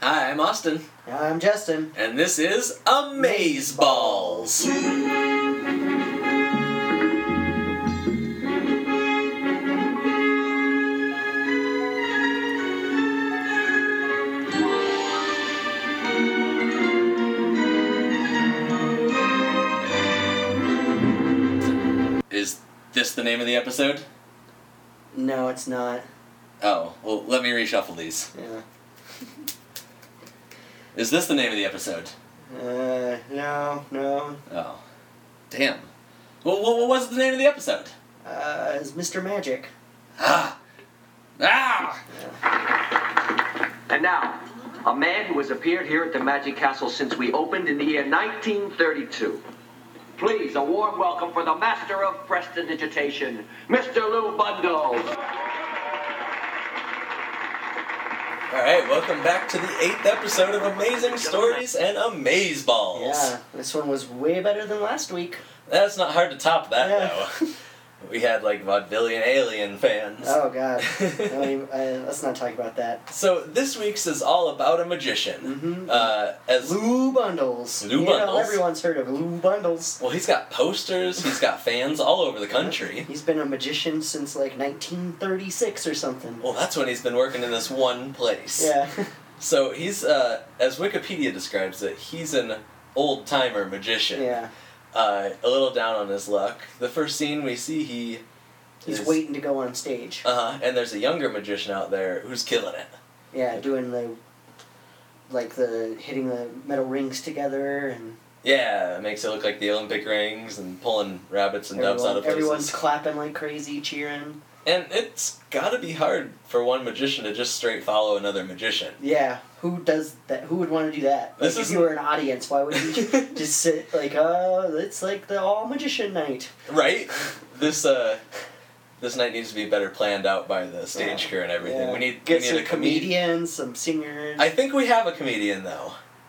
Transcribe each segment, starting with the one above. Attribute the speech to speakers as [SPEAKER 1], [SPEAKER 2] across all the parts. [SPEAKER 1] Hi, I'm Austin,
[SPEAKER 2] I'm Justin.
[SPEAKER 1] and this is Amaze Balls. Is this the name of the episode?
[SPEAKER 2] No, it's not.
[SPEAKER 1] Oh, well, let me reshuffle these.
[SPEAKER 2] Yeah.
[SPEAKER 1] Is this the name of the episode?
[SPEAKER 2] Uh, no, no.
[SPEAKER 1] Oh, damn. Well, what, what was the name of the episode?
[SPEAKER 2] Uh, it's Mr. Magic.
[SPEAKER 1] Ah, ah.
[SPEAKER 3] And now, a man who has appeared here at the Magic Castle since we opened in the year 1932. Please, a warm welcome for the master of prestidigitation, Mr. Lou Bundle.
[SPEAKER 1] All right, welcome back to the eighth episode of Amazing Stories and Amaze Balls.
[SPEAKER 2] Yeah, this one was way better than last week.
[SPEAKER 1] That's not hard to top that
[SPEAKER 2] Yeah.
[SPEAKER 1] though. We had like vaudevillian alien fans.
[SPEAKER 2] Oh, God. No, you- uh, let's not talk about that.
[SPEAKER 1] So this week's is all about a magician.
[SPEAKER 2] Mhm.
[SPEAKER 1] Uh, as
[SPEAKER 2] Lou Bundles.
[SPEAKER 1] Lou
[SPEAKER 2] you Know,
[SPEAKER 1] Bundles.
[SPEAKER 2] everyone's heard of Lou Bundles.
[SPEAKER 1] well, he's got posters. He's got fans all over the country.
[SPEAKER 2] He's been a magician since like 1936 or something.
[SPEAKER 1] Well, that's when he's been working in this one place.
[SPEAKER 2] Yeah.
[SPEAKER 1] So he's, uh, as Wikipedia describes it, he's an old timer magician.
[SPEAKER 2] yeah.
[SPEAKER 1] Uh, a little down on his luck. The first scene we see, he.
[SPEAKER 2] He's waiting to go on stage.
[SPEAKER 1] Uh huh. And there's a younger magician out there who's killing it.
[SPEAKER 2] Yeah, doing the. Like the hitting the metal rings together and
[SPEAKER 1] Yeah, makes it look like the Olympic rings and pulling rabbits and doves out
[SPEAKER 2] everyone,
[SPEAKER 1] of places.
[SPEAKER 2] everyone's clapping like crazy, cheering.
[SPEAKER 1] and it's gotta be hard for one magician to just straight follow another magician.
[SPEAKER 2] Yeah, who does that? Who would want to do that?
[SPEAKER 1] This
[SPEAKER 2] Like, if
[SPEAKER 1] is-
[SPEAKER 2] you were an audience, why would you just sit like, oh, it's like the all magician night?
[SPEAKER 1] Right? This, uh. This night needs to be better planned out by the stage
[SPEAKER 2] Yeah.
[SPEAKER 1] crew and everything.
[SPEAKER 2] Yeah.
[SPEAKER 1] We need
[SPEAKER 2] get
[SPEAKER 1] we
[SPEAKER 2] some
[SPEAKER 1] need a comedian.
[SPEAKER 2] comedians, some singers.
[SPEAKER 1] I think we have a comedian though.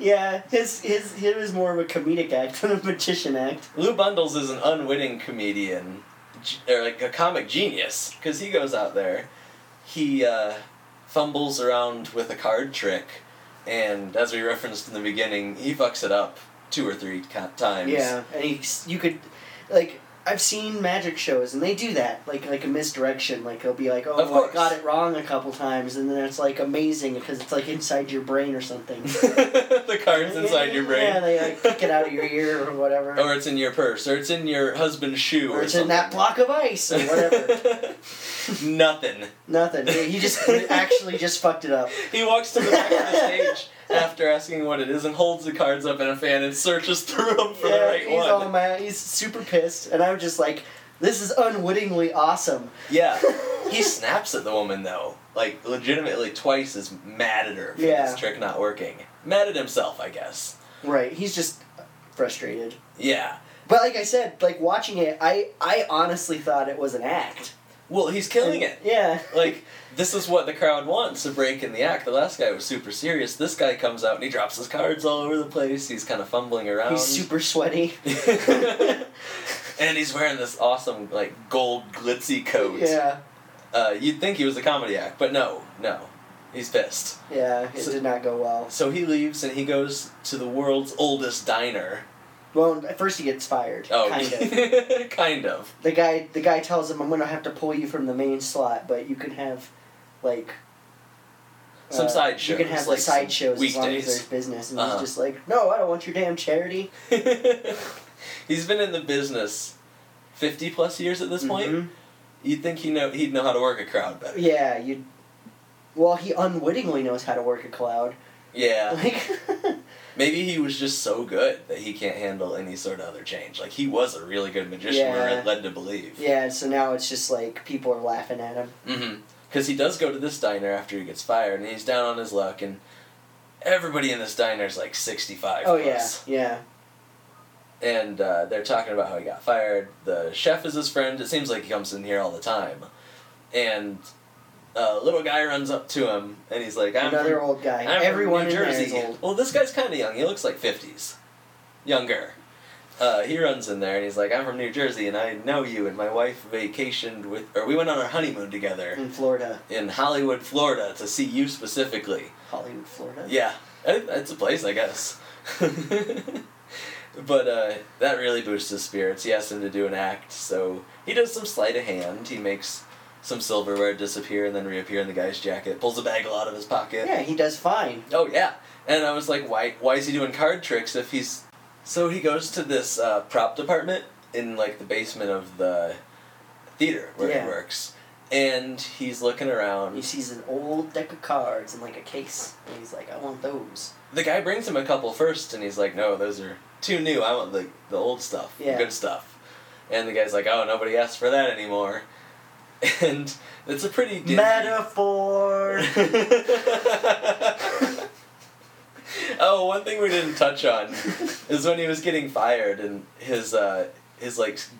[SPEAKER 2] yeah, his his his was more of a comedic act than a magician act.
[SPEAKER 1] Lou Bundles is an unwitting comedian, g- or like a comic genius, because he goes out there, he uh, fumbles around with a card trick, and as we referenced in the beginning, he fucks it up two or three co- times.
[SPEAKER 2] Yeah, and he s- you could like. I've seen magic shows and they do that, like like a misdirection. Like they'll be like, "Oh,
[SPEAKER 1] Of
[SPEAKER 2] I
[SPEAKER 1] course.
[SPEAKER 2] got it wrong a couple times," and then it's like amazing because it's like inside your brain or something.
[SPEAKER 1] the card's inside your brain.
[SPEAKER 2] Yeah, they like pick it out of your ear or whatever.
[SPEAKER 1] Or it's in your purse, or it's in your husband's shoe,
[SPEAKER 2] or it's in
[SPEAKER 1] something.
[SPEAKER 2] that block of ice or whatever.
[SPEAKER 1] Nothing.
[SPEAKER 2] Nothing. He just actually just fucked it up.
[SPEAKER 1] He walks to the back of the stage after asking what it is and holds the cards up in a fan and searches through them for the
[SPEAKER 2] yeah,
[SPEAKER 1] right
[SPEAKER 2] he's
[SPEAKER 1] one.
[SPEAKER 2] all mad. He's super pissed, and I'm just like, this is unwittingly awesome.
[SPEAKER 1] Yeah. He snaps at the woman though. Like legitimately twice is mad at her for
[SPEAKER 2] Yeah.
[SPEAKER 1] this trick not working. Mad at himself, I guess.
[SPEAKER 2] Right. He's just frustrated.
[SPEAKER 1] Yeah.
[SPEAKER 2] But like I said, like watching it, I I honestly thought it was an act.
[SPEAKER 1] Well, he's killing it.
[SPEAKER 2] Yeah.
[SPEAKER 1] Like this is what the crowd wants, a break in the act. The last guy was super serious. This guy comes out and he drops his cards all over the place. He's kind of fumbling around.
[SPEAKER 2] He's super sweaty.
[SPEAKER 1] and he's wearing this awesome like gold glitzy coat.
[SPEAKER 2] Yeah.
[SPEAKER 1] Uh, you'd think he was a comedy act, but no, no. He's pissed.
[SPEAKER 2] Yeah. It
[SPEAKER 1] So-
[SPEAKER 2] did not go well.
[SPEAKER 1] So he leaves and he goes to the world's oldest diner.
[SPEAKER 2] Well, at first he gets fired.
[SPEAKER 1] Oh,
[SPEAKER 2] Kind of.
[SPEAKER 1] kind of.
[SPEAKER 2] the guy the guy tells him I'm gonna have to pull you from the main slot, but you can have like uh,
[SPEAKER 1] Some side shows,
[SPEAKER 2] You can have
[SPEAKER 1] like
[SPEAKER 2] the
[SPEAKER 1] some
[SPEAKER 2] side shows as long as
[SPEAKER 1] weekdays.
[SPEAKER 2] there's business, and
[SPEAKER 1] Uh-huh.
[SPEAKER 2] he's just like, no, I don't want your damn charity.
[SPEAKER 1] He's been in the business fifty plus years at this point.
[SPEAKER 2] Mhm.
[SPEAKER 1] You'd think he know he'd know how to work a crowd better.
[SPEAKER 2] Yeah, you. Well, he unwittingly knows how to work a cloud.
[SPEAKER 1] Yeah.
[SPEAKER 2] Like,
[SPEAKER 1] Maybe he was just so good that he can't handle any sort of other change. Like he was a really good magician.
[SPEAKER 2] Yeah.
[SPEAKER 1] We're led to believe.
[SPEAKER 2] yeah. So now it's just like people are laughing at him.
[SPEAKER 1] Mm-hmm. Because he does go to this diner after he gets fired, and he's down on his luck, and everybody in this diner is like sixty-five.
[SPEAKER 2] oh yeah,
[SPEAKER 1] plus.
[SPEAKER 2] yeah,
[SPEAKER 1] and uh, they're talking about how he got fired. The chef is his friend. It seems like he comes in here all the time, and uh, a little guy runs up to him and he's like, "I'm
[SPEAKER 2] another
[SPEAKER 1] from,
[SPEAKER 2] old guy.
[SPEAKER 1] I'm from
[SPEAKER 2] Everyone
[SPEAKER 1] New
[SPEAKER 2] in there
[SPEAKER 1] Jersey."
[SPEAKER 2] is old.
[SPEAKER 1] Well, this guy's kind of young. He looks like fifties, younger, uh, he runs in there and he's like, I'm from New Jersey and I know you and my wife vacationed with, or we went on our honeymoon together
[SPEAKER 2] in Florida,
[SPEAKER 1] in Hollywood, Florida to see you specifically.
[SPEAKER 2] Hollywood, Florida.
[SPEAKER 1] Yeah, it- it's a place, I guess. but uh, that really boosts his spirits. He asks him to do an act, so he does some sleight of hand. He makes some silverware disappear and then reappear in the guy's jacket. Pulls a bagel out of his pocket.
[SPEAKER 2] Yeah, he does fine.
[SPEAKER 1] Oh yeah, and I was like, why? Why is he doing card tricks if he's? So he goes to this uh, prop department in like the basement of the theater where
[SPEAKER 2] Yeah.
[SPEAKER 1] he works, and he's looking around.
[SPEAKER 2] He sees an old deck of cards and like a case, and he's like, "I want those."
[SPEAKER 1] the guy brings him a couple first, and he's like, "No, those are too new. I want the the old stuff,
[SPEAKER 2] Yeah.
[SPEAKER 1] the good stuff." And the guy's like, "Oh, nobody asks for that anymore." And it's a pretty dingy-
[SPEAKER 2] Metaphor.
[SPEAKER 1] oh, one thing we didn't touch on is when he was getting fired and his uh, his like s-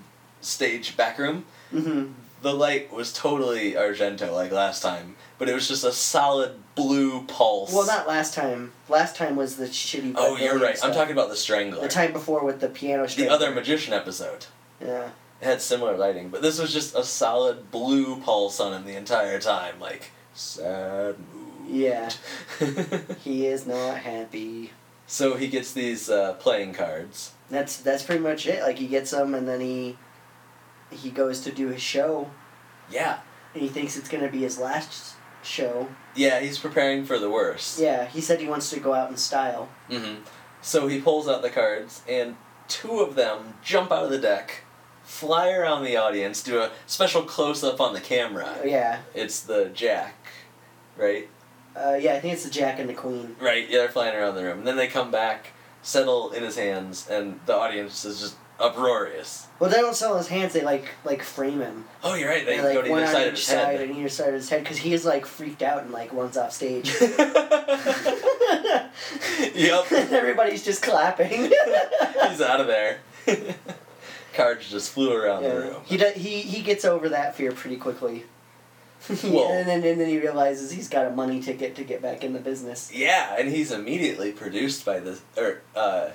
[SPEAKER 1] stage back room.
[SPEAKER 2] hmm
[SPEAKER 1] The light was totally Argento like last time, but it was just a solid blue pulse.
[SPEAKER 2] Well, not last time. Last time was the shitty.
[SPEAKER 1] Oh,
[SPEAKER 2] Bud
[SPEAKER 1] you're
[SPEAKER 2] Billion
[SPEAKER 1] right. I'm
[SPEAKER 2] stuff.
[SPEAKER 1] talking about the Strangler.
[SPEAKER 2] the time before with the piano.
[SPEAKER 1] the
[SPEAKER 2] string.
[SPEAKER 1] other magician episode.
[SPEAKER 2] Yeah.
[SPEAKER 1] It had similar lighting, but this was just a solid blue pulse on him the entire time, like sad mood.
[SPEAKER 2] Yeah. He is not happy.
[SPEAKER 1] so he gets these uh, playing cards.
[SPEAKER 2] That's that's pretty much it. Like he gets them, and then he he goes to do his show,
[SPEAKER 1] Yeah.
[SPEAKER 2] and he thinks it's gonna be his last show.
[SPEAKER 1] Yeah, he's preparing for the worst.
[SPEAKER 2] Yeah, he said he wants to go out in style.
[SPEAKER 1] hmm So he pulls out the cards, and two of them jump out of the deck, fly around the audience, do a special close up on the camera.
[SPEAKER 2] Oh, Yeah.
[SPEAKER 1] It's the Jack, right?
[SPEAKER 2] Uh, yeah, I think it's the Jack and the Queen.
[SPEAKER 1] Right, yeah, they're flying around the room. And then they come back, settle in his hands, and the audience is just uproarious.
[SPEAKER 2] Well, they don't sell his hands. They like like frame him.
[SPEAKER 1] Oh, you're right, they
[SPEAKER 2] like
[SPEAKER 1] go to
[SPEAKER 2] one
[SPEAKER 1] either
[SPEAKER 2] on
[SPEAKER 1] side
[SPEAKER 2] each
[SPEAKER 1] of his
[SPEAKER 2] side
[SPEAKER 1] head.
[SPEAKER 2] and either side of his head because he is like freaked out and like runs off stage.
[SPEAKER 1] yep,
[SPEAKER 2] Everybody's just clapping.
[SPEAKER 1] he's out of there. Cards just flew around the
[SPEAKER 2] Yeah.
[SPEAKER 1] room.
[SPEAKER 2] He does, he he gets over that fear pretty quickly.
[SPEAKER 1] Well-
[SPEAKER 2] and then and then he realizes he's got a money ticket to get back in the business.
[SPEAKER 1] Yeah, and he's immediately produced by the or uh,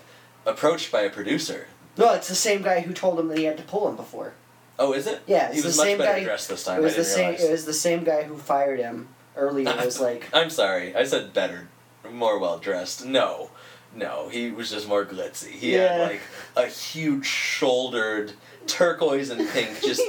[SPEAKER 1] approached by a producer.
[SPEAKER 2] No, it's the same guy who told him that he had to pull him before.
[SPEAKER 1] Oh, is it?
[SPEAKER 2] Yeah, it's
[SPEAKER 1] he was
[SPEAKER 2] the
[SPEAKER 1] much
[SPEAKER 2] same
[SPEAKER 1] better
[SPEAKER 2] guy-
[SPEAKER 1] dressed this time.
[SPEAKER 2] It was
[SPEAKER 1] I
[SPEAKER 2] the
[SPEAKER 1] didn't
[SPEAKER 2] same.
[SPEAKER 1] realize.
[SPEAKER 2] It was the same guy who fired him earlier. It was like
[SPEAKER 1] I'm sorry, I said better, more well dressed. No, no, he was just more glitzy. He
[SPEAKER 2] Yeah.
[SPEAKER 1] had like a huge shouldered turquoise and pink just.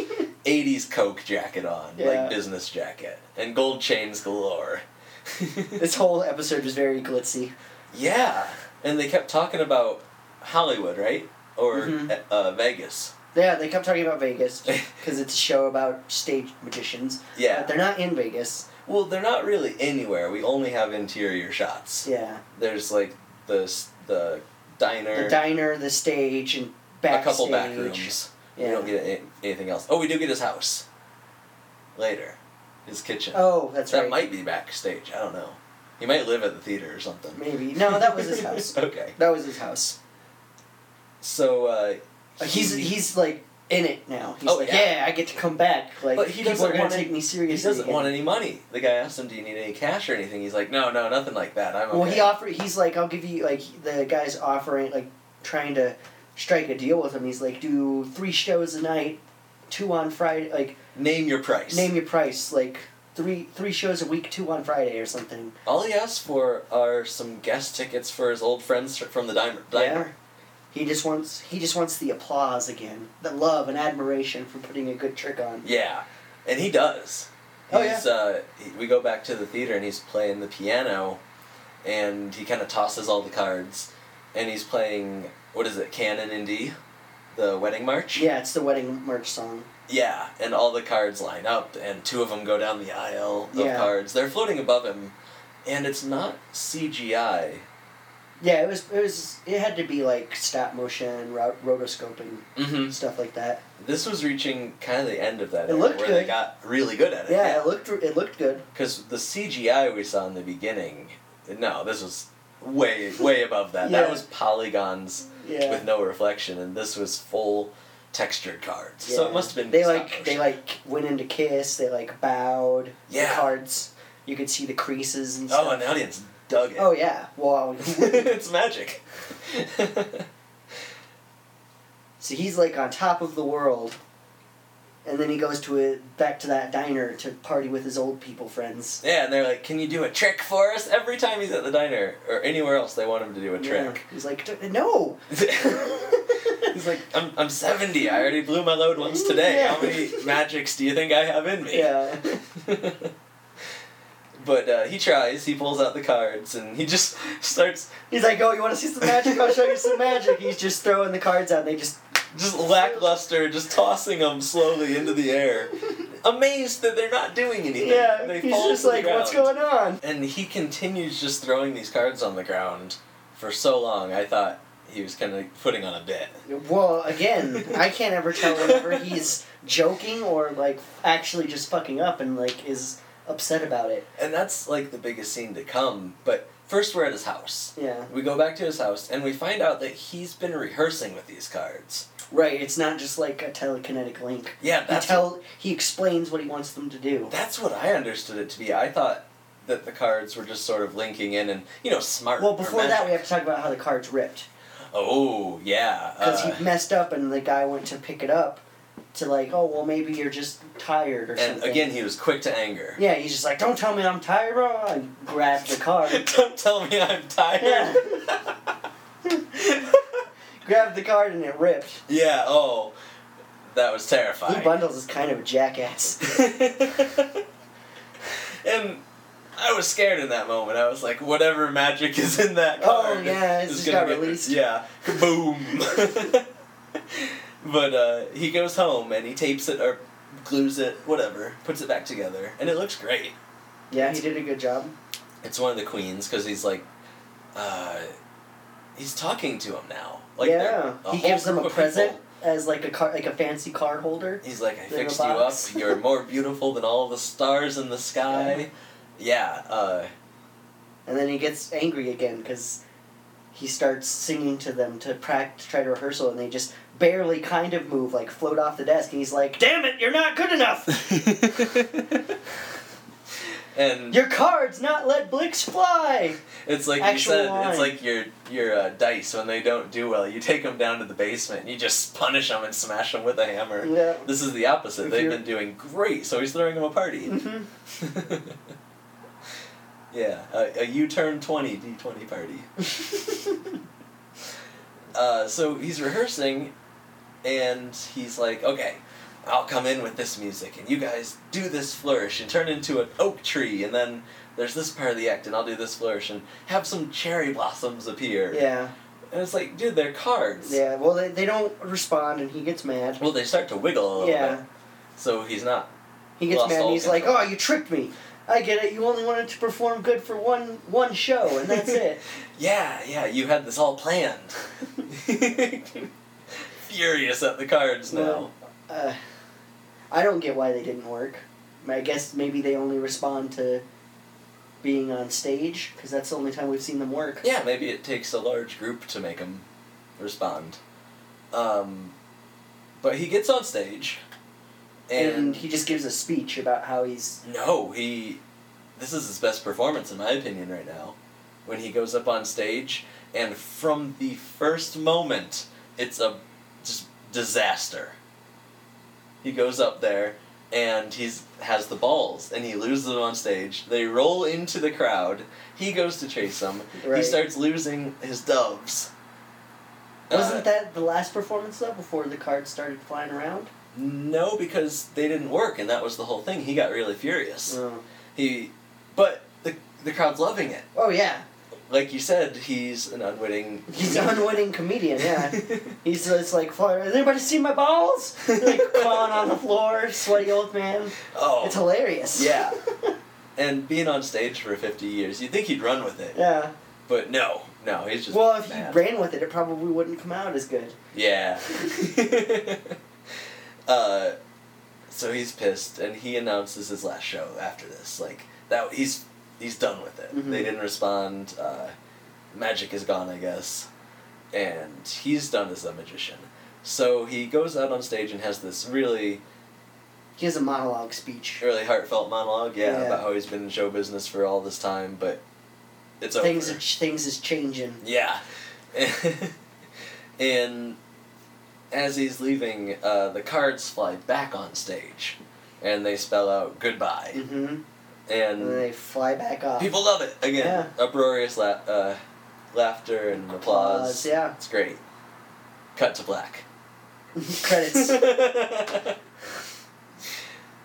[SPEAKER 1] 80s Coke jacket on,
[SPEAKER 2] Yeah.
[SPEAKER 1] like business jacket, and gold chains galore.
[SPEAKER 2] this whole episode was very glitzy.
[SPEAKER 1] yeah, and they kept talking about Hollywood, right? Or
[SPEAKER 2] Mhm.
[SPEAKER 1] uh, Vegas.
[SPEAKER 2] Yeah, they kept talking about Vegas because it's a show about stage magicians.
[SPEAKER 1] Yeah.
[SPEAKER 2] but they're not in Vegas.
[SPEAKER 1] Well, they're not really anywhere. We only have interior shots.
[SPEAKER 2] Yeah,
[SPEAKER 1] There's like the s- the diner,
[SPEAKER 2] the diner, the stage, and
[SPEAKER 1] a
[SPEAKER 2] backstage.
[SPEAKER 1] couple back rooms.
[SPEAKER 2] Yeah.
[SPEAKER 1] We don't get a- anything else. Oh, we do get his house later, his kitchen.
[SPEAKER 2] Oh, that's
[SPEAKER 1] that
[SPEAKER 2] right.
[SPEAKER 1] might be backstage. I don't know. He might live at the theater or something.
[SPEAKER 2] Maybe no, that was his house.
[SPEAKER 1] okay,
[SPEAKER 2] That was his house.
[SPEAKER 1] so uh,
[SPEAKER 2] Uh, He's he's like in it now. He's
[SPEAKER 1] Oh,
[SPEAKER 2] like, yeah.
[SPEAKER 1] yeah.
[SPEAKER 2] I get to come back. Like
[SPEAKER 1] But he
[SPEAKER 2] people
[SPEAKER 1] doesn't
[SPEAKER 2] are gonna
[SPEAKER 1] want
[SPEAKER 2] take
[SPEAKER 1] any-
[SPEAKER 2] me
[SPEAKER 1] he
[SPEAKER 2] seriously.
[SPEAKER 1] doesn't
[SPEAKER 2] again.
[SPEAKER 1] want any money. The guy asked him, "Do you need any cash or anything?" He's like, "No, no, nothing like that. I'm okay."
[SPEAKER 2] Well, he offered. He's like, I'll give you like the guy's offering like trying to strike a deal with him. He's like, do three shows a night, two on Friday. Like
[SPEAKER 1] Name your price.
[SPEAKER 2] name your price. Like three three shows a week, two on Friday or something.
[SPEAKER 1] All he asked for are some guest tickets for his old friends from the diner.
[SPEAKER 2] Yeah.
[SPEAKER 1] diner.
[SPEAKER 2] He just wants he just wants the applause again, the love and admiration for putting a good trick on.
[SPEAKER 1] Yeah, and he does.
[SPEAKER 2] Oh,
[SPEAKER 1] he's, yeah. Uh, he- we go back to the theater and he's playing the piano, and he kind of tosses all the cards, and he's playing what is it, Canon in D, the wedding march.
[SPEAKER 2] Yeah, it's the wedding march song.
[SPEAKER 1] Yeah, and all the cards line up, and two of them go down the aisle of
[SPEAKER 2] Yeah.
[SPEAKER 1] cards. They're floating above him, and it's not CGI.
[SPEAKER 2] Yeah, it was it was it had to be like stop motion, ro- rotoscoping,
[SPEAKER 1] Mm-hmm.
[SPEAKER 2] stuff like that.
[SPEAKER 1] This was reaching kind of the end of that.
[SPEAKER 2] It
[SPEAKER 1] era
[SPEAKER 2] looked
[SPEAKER 1] where
[SPEAKER 2] good.
[SPEAKER 1] they got really good at it.
[SPEAKER 2] Yeah, it looked it looked good.
[SPEAKER 1] Because the CGI we saw in the beginning, no, this was way, way above that.
[SPEAKER 2] Yeah.
[SPEAKER 1] That was polygons
[SPEAKER 2] Yeah.
[SPEAKER 1] with no reflection, and this was full textured cards. So
[SPEAKER 2] Yeah.
[SPEAKER 1] it must have been.
[SPEAKER 2] They
[SPEAKER 1] stop
[SPEAKER 2] like
[SPEAKER 1] motion.
[SPEAKER 2] they like went into kiss. They like bowed. The
[SPEAKER 1] Yeah.
[SPEAKER 2] cards. You could see the creases and stuff.
[SPEAKER 1] Oh, and the audience dug it.
[SPEAKER 2] Oh yeah. Wow.
[SPEAKER 1] it's magic.
[SPEAKER 2] So he's like on top of the world, and then he goes to a, back to that diner to party with his old people friends.
[SPEAKER 1] Yeah, and they're like, "Can you do a trick for us?" Every time he's at the diner or anywhere else, they want him to do a
[SPEAKER 2] Yeah.
[SPEAKER 1] trick.
[SPEAKER 2] He's like, "D- no.
[SPEAKER 1] he's like, "I'm I'm seventy. I already blew my load once today. How many magics do you think I have in me?"
[SPEAKER 2] yeah.
[SPEAKER 1] but uh, he tries. He pulls out the cards and he just starts
[SPEAKER 2] He's like, oh, you want to see some magic? I'll show you some magic. He's just throwing the cards out. And they just
[SPEAKER 1] just lackluster, just tossing them slowly into the air, amazed that they're not doing anything.
[SPEAKER 2] yeah.
[SPEAKER 1] They
[SPEAKER 2] he's
[SPEAKER 1] fall
[SPEAKER 2] just
[SPEAKER 1] to the
[SPEAKER 2] like, what's
[SPEAKER 1] ground."
[SPEAKER 2] going on?
[SPEAKER 1] And he continues just throwing these cards on the ground for so long. I thought he was kind of putting on a bit.
[SPEAKER 2] Well, again, I can't ever tell whenever he's joking or like actually just fucking up and like is upset about it.
[SPEAKER 1] And that's like the biggest scene to come. But first, we're at his house.
[SPEAKER 2] Yeah.
[SPEAKER 1] We go back to his house and we find out that he's been rehearsing with these cards.
[SPEAKER 2] Right. It's not just like a telekinetic link.
[SPEAKER 1] Yeah,
[SPEAKER 2] He
[SPEAKER 1] that's
[SPEAKER 2] tell he explains what he wants them to do.
[SPEAKER 1] That's what I understood it to be. I thought that the cards were just sort of linking in and, you know, smart.
[SPEAKER 2] Well,
[SPEAKER 1] or
[SPEAKER 2] before that,
[SPEAKER 1] magic.
[SPEAKER 2] we have to talk about how the cards ripped
[SPEAKER 1] Oh, yeah.
[SPEAKER 2] because
[SPEAKER 1] uh,
[SPEAKER 2] he messed up and the guy went to pick it up to like, oh well, maybe you're just tired or
[SPEAKER 1] and
[SPEAKER 2] something.
[SPEAKER 1] again, he was quick to anger.
[SPEAKER 2] Yeah, he's just like, don't tell me I'm tired, bro. And grabbed the card.
[SPEAKER 1] Don't tell me I'm tired.
[SPEAKER 2] Yeah. grabbed the card and it ripped.
[SPEAKER 1] Yeah, oh. That was
[SPEAKER 2] He
[SPEAKER 1] terrifying.
[SPEAKER 2] bundles is kind of a jackass.
[SPEAKER 1] and I was scared in that moment. I was like, whatever magic is in that
[SPEAKER 2] Oh,
[SPEAKER 1] card.
[SPEAKER 2] yeah, it
[SPEAKER 1] is
[SPEAKER 2] just
[SPEAKER 1] gonna
[SPEAKER 2] got
[SPEAKER 1] get-
[SPEAKER 2] released.
[SPEAKER 1] Yeah, kaboom. but uh, he goes home and he tapes it or glues it, whatever, puts it back together, and it looks great.
[SPEAKER 2] yeah, he did a good job.
[SPEAKER 1] It's one of the queens because he's like, uh, he's talking to him now. Like
[SPEAKER 2] yeah,
[SPEAKER 1] they're a
[SPEAKER 2] he
[SPEAKER 1] whole
[SPEAKER 2] gives them
[SPEAKER 1] group
[SPEAKER 2] a
[SPEAKER 1] of people.
[SPEAKER 2] present as like a car, like a fancy card holder.
[SPEAKER 1] He's like, I
[SPEAKER 2] Little
[SPEAKER 1] fixed you up.
[SPEAKER 2] box.
[SPEAKER 1] You're more beautiful than all the stars in the sky. Yeah, uh,
[SPEAKER 2] And then he gets angry again because he starts singing to them to practice, try to rehearsal, and they just barely kind of move, like float off the desk. And he's like, "Damn it, you're not good enough.
[SPEAKER 1] and
[SPEAKER 2] Your cards not let blicks fly."
[SPEAKER 1] it's like you
[SPEAKER 2] actual
[SPEAKER 1] said,
[SPEAKER 2] line.
[SPEAKER 1] it's like your your uh, dice when they don't do well. You take them down to the basement. and You just punish them and smash them with a hammer.
[SPEAKER 2] Yeah.
[SPEAKER 1] This is the opposite.
[SPEAKER 2] If
[SPEAKER 1] They've
[SPEAKER 2] you're-
[SPEAKER 1] been doing great, so he's throwing them a party.
[SPEAKER 2] hmm
[SPEAKER 1] yeah, a, a U turn 20 D20 party. uh, so he's rehearsing, and he's like, okay, I'll come in with this music, and you guys do this flourish, and turn into an oak tree, and then there's this part of the act, and I'll do this flourish, and have some cherry blossoms appear.
[SPEAKER 2] Yeah,
[SPEAKER 1] And it's like, dude, they're cards.
[SPEAKER 2] yeah. Well, they, they don't respond, and he gets mad.
[SPEAKER 1] Well, they start to wiggle a little
[SPEAKER 2] Yeah.
[SPEAKER 1] bit. So he's not.
[SPEAKER 2] He gets
[SPEAKER 1] Lost
[SPEAKER 2] mad and
[SPEAKER 1] all
[SPEAKER 2] he's
[SPEAKER 1] control.
[SPEAKER 2] like, "Oh, you tricked me. I get it. You only wanted to perform good for one one show, and that's it."
[SPEAKER 1] Yeah, yeah, you had this all planned. Furious at the cards now.
[SPEAKER 2] Well, uh, I don't get why they didn't work. I guess maybe they only respond to being on stage because that's the only time we've seen them work.
[SPEAKER 1] Yeah, maybe it takes a large group to make him respond. Um, but he gets on stage,
[SPEAKER 2] And,
[SPEAKER 1] and,
[SPEAKER 2] he just gives a speech about how he's
[SPEAKER 1] no, he. This is his best performance, in my opinion, right now. When he goes up on stage, and from the first moment, it's a just disaster. He goes up there, and he's has the balls, and he loses them on stage. They roll into the crowd. He goes to chase them. He
[SPEAKER 2] Right.
[SPEAKER 1] starts losing his doves. Uh,
[SPEAKER 2] wasn't that the last performance though before the cards started flying around?
[SPEAKER 1] No, because they didn't work, and that was the whole thing. He got really furious.
[SPEAKER 2] Oh,
[SPEAKER 1] He, but the the crowd's loving it.
[SPEAKER 2] oh yeah,
[SPEAKER 1] Like you said, he's an unwitting.
[SPEAKER 2] he's an unwitting comedian. Yeah, he's just like, "Fuck, has anybody seen my balls? like crawling on the floor, sweaty old man.
[SPEAKER 1] oh.
[SPEAKER 2] It's hilarious.
[SPEAKER 1] yeah. And being on stage for fifty years, you'd think he'd run with it,
[SPEAKER 2] Yeah.
[SPEAKER 1] but no, no, he's just.
[SPEAKER 2] Well, if
[SPEAKER 1] mad.
[SPEAKER 2] he ran with it, it probably wouldn't come out as good.
[SPEAKER 1] Yeah. uh, so he's pissed, and he announces his last show after this. Like that, he's he's done with it.
[SPEAKER 2] Mhm.
[SPEAKER 1] They didn't respond. Uh, magic is gone, I guess, and he's done as a magician. So he goes out on stage and has this really,
[SPEAKER 2] He has a monologue speech.
[SPEAKER 1] really heartfelt monologue. Yeah,
[SPEAKER 2] Yeah.
[SPEAKER 1] about how he's been in show business for all this time, but it's over.
[SPEAKER 2] things are ch- things is changing.
[SPEAKER 1] Yeah. and as he's leaving, uh, the cards fly back on stage, and they spell out goodbye.
[SPEAKER 2] Mm-hmm. And then
[SPEAKER 1] And
[SPEAKER 2] they uh, fly back off.
[SPEAKER 1] people love it again. Uproarious la- uh, laughter and applause.
[SPEAKER 2] Applause, yeah.
[SPEAKER 1] it's great. Cut to black.
[SPEAKER 2] Credits.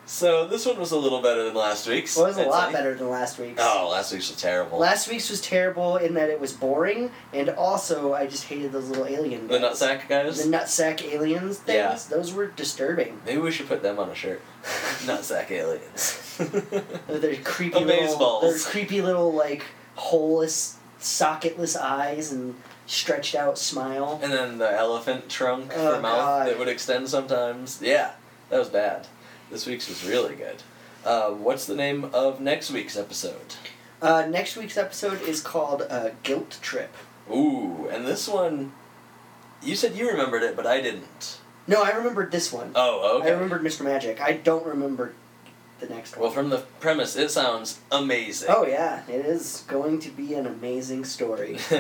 [SPEAKER 1] so this one was a little better than last week's.
[SPEAKER 2] Well, it was a
[SPEAKER 1] I'd
[SPEAKER 2] lot
[SPEAKER 1] say.
[SPEAKER 2] better than last week's.
[SPEAKER 1] Oh, last week's was terrible.
[SPEAKER 2] Last week's was terrible in that it was boring, and also I just hated those little alien
[SPEAKER 1] the
[SPEAKER 2] guys.
[SPEAKER 1] nutsack guys.
[SPEAKER 2] The nutsack aliens things.
[SPEAKER 1] Yeah.
[SPEAKER 2] Those were disturbing.
[SPEAKER 1] Maybe we should put them on a shirt. Nutsack aliens.
[SPEAKER 2] They're creepy little.
[SPEAKER 1] Amazeballs.
[SPEAKER 2] They're creepy little like holeless, socketless eyes and stretched out smile.
[SPEAKER 1] and then the elephant trunk
[SPEAKER 2] Oh,
[SPEAKER 1] for mouth
[SPEAKER 2] God.
[SPEAKER 1] that would extend sometimes. Yeah, that was bad. This week's was really good. Uh, what's the name of next week's episode?
[SPEAKER 2] Uh, next week's episode is called uh, "Guilt Trip."
[SPEAKER 1] Ooh, and this one, you said you remembered it, but I didn't.
[SPEAKER 2] No, I remembered this one.
[SPEAKER 1] Oh, okay.
[SPEAKER 2] I remembered Mr. Magic. I don't remember the next
[SPEAKER 1] Well,
[SPEAKER 2] one.
[SPEAKER 1] from the premise, it sounds amazing.
[SPEAKER 2] oh yeah, it is going to be an amazing story.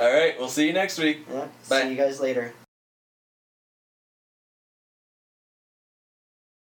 [SPEAKER 1] All right, we'll see you next week.
[SPEAKER 2] Yeah,
[SPEAKER 1] Bye.
[SPEAKER 2] See you guys later.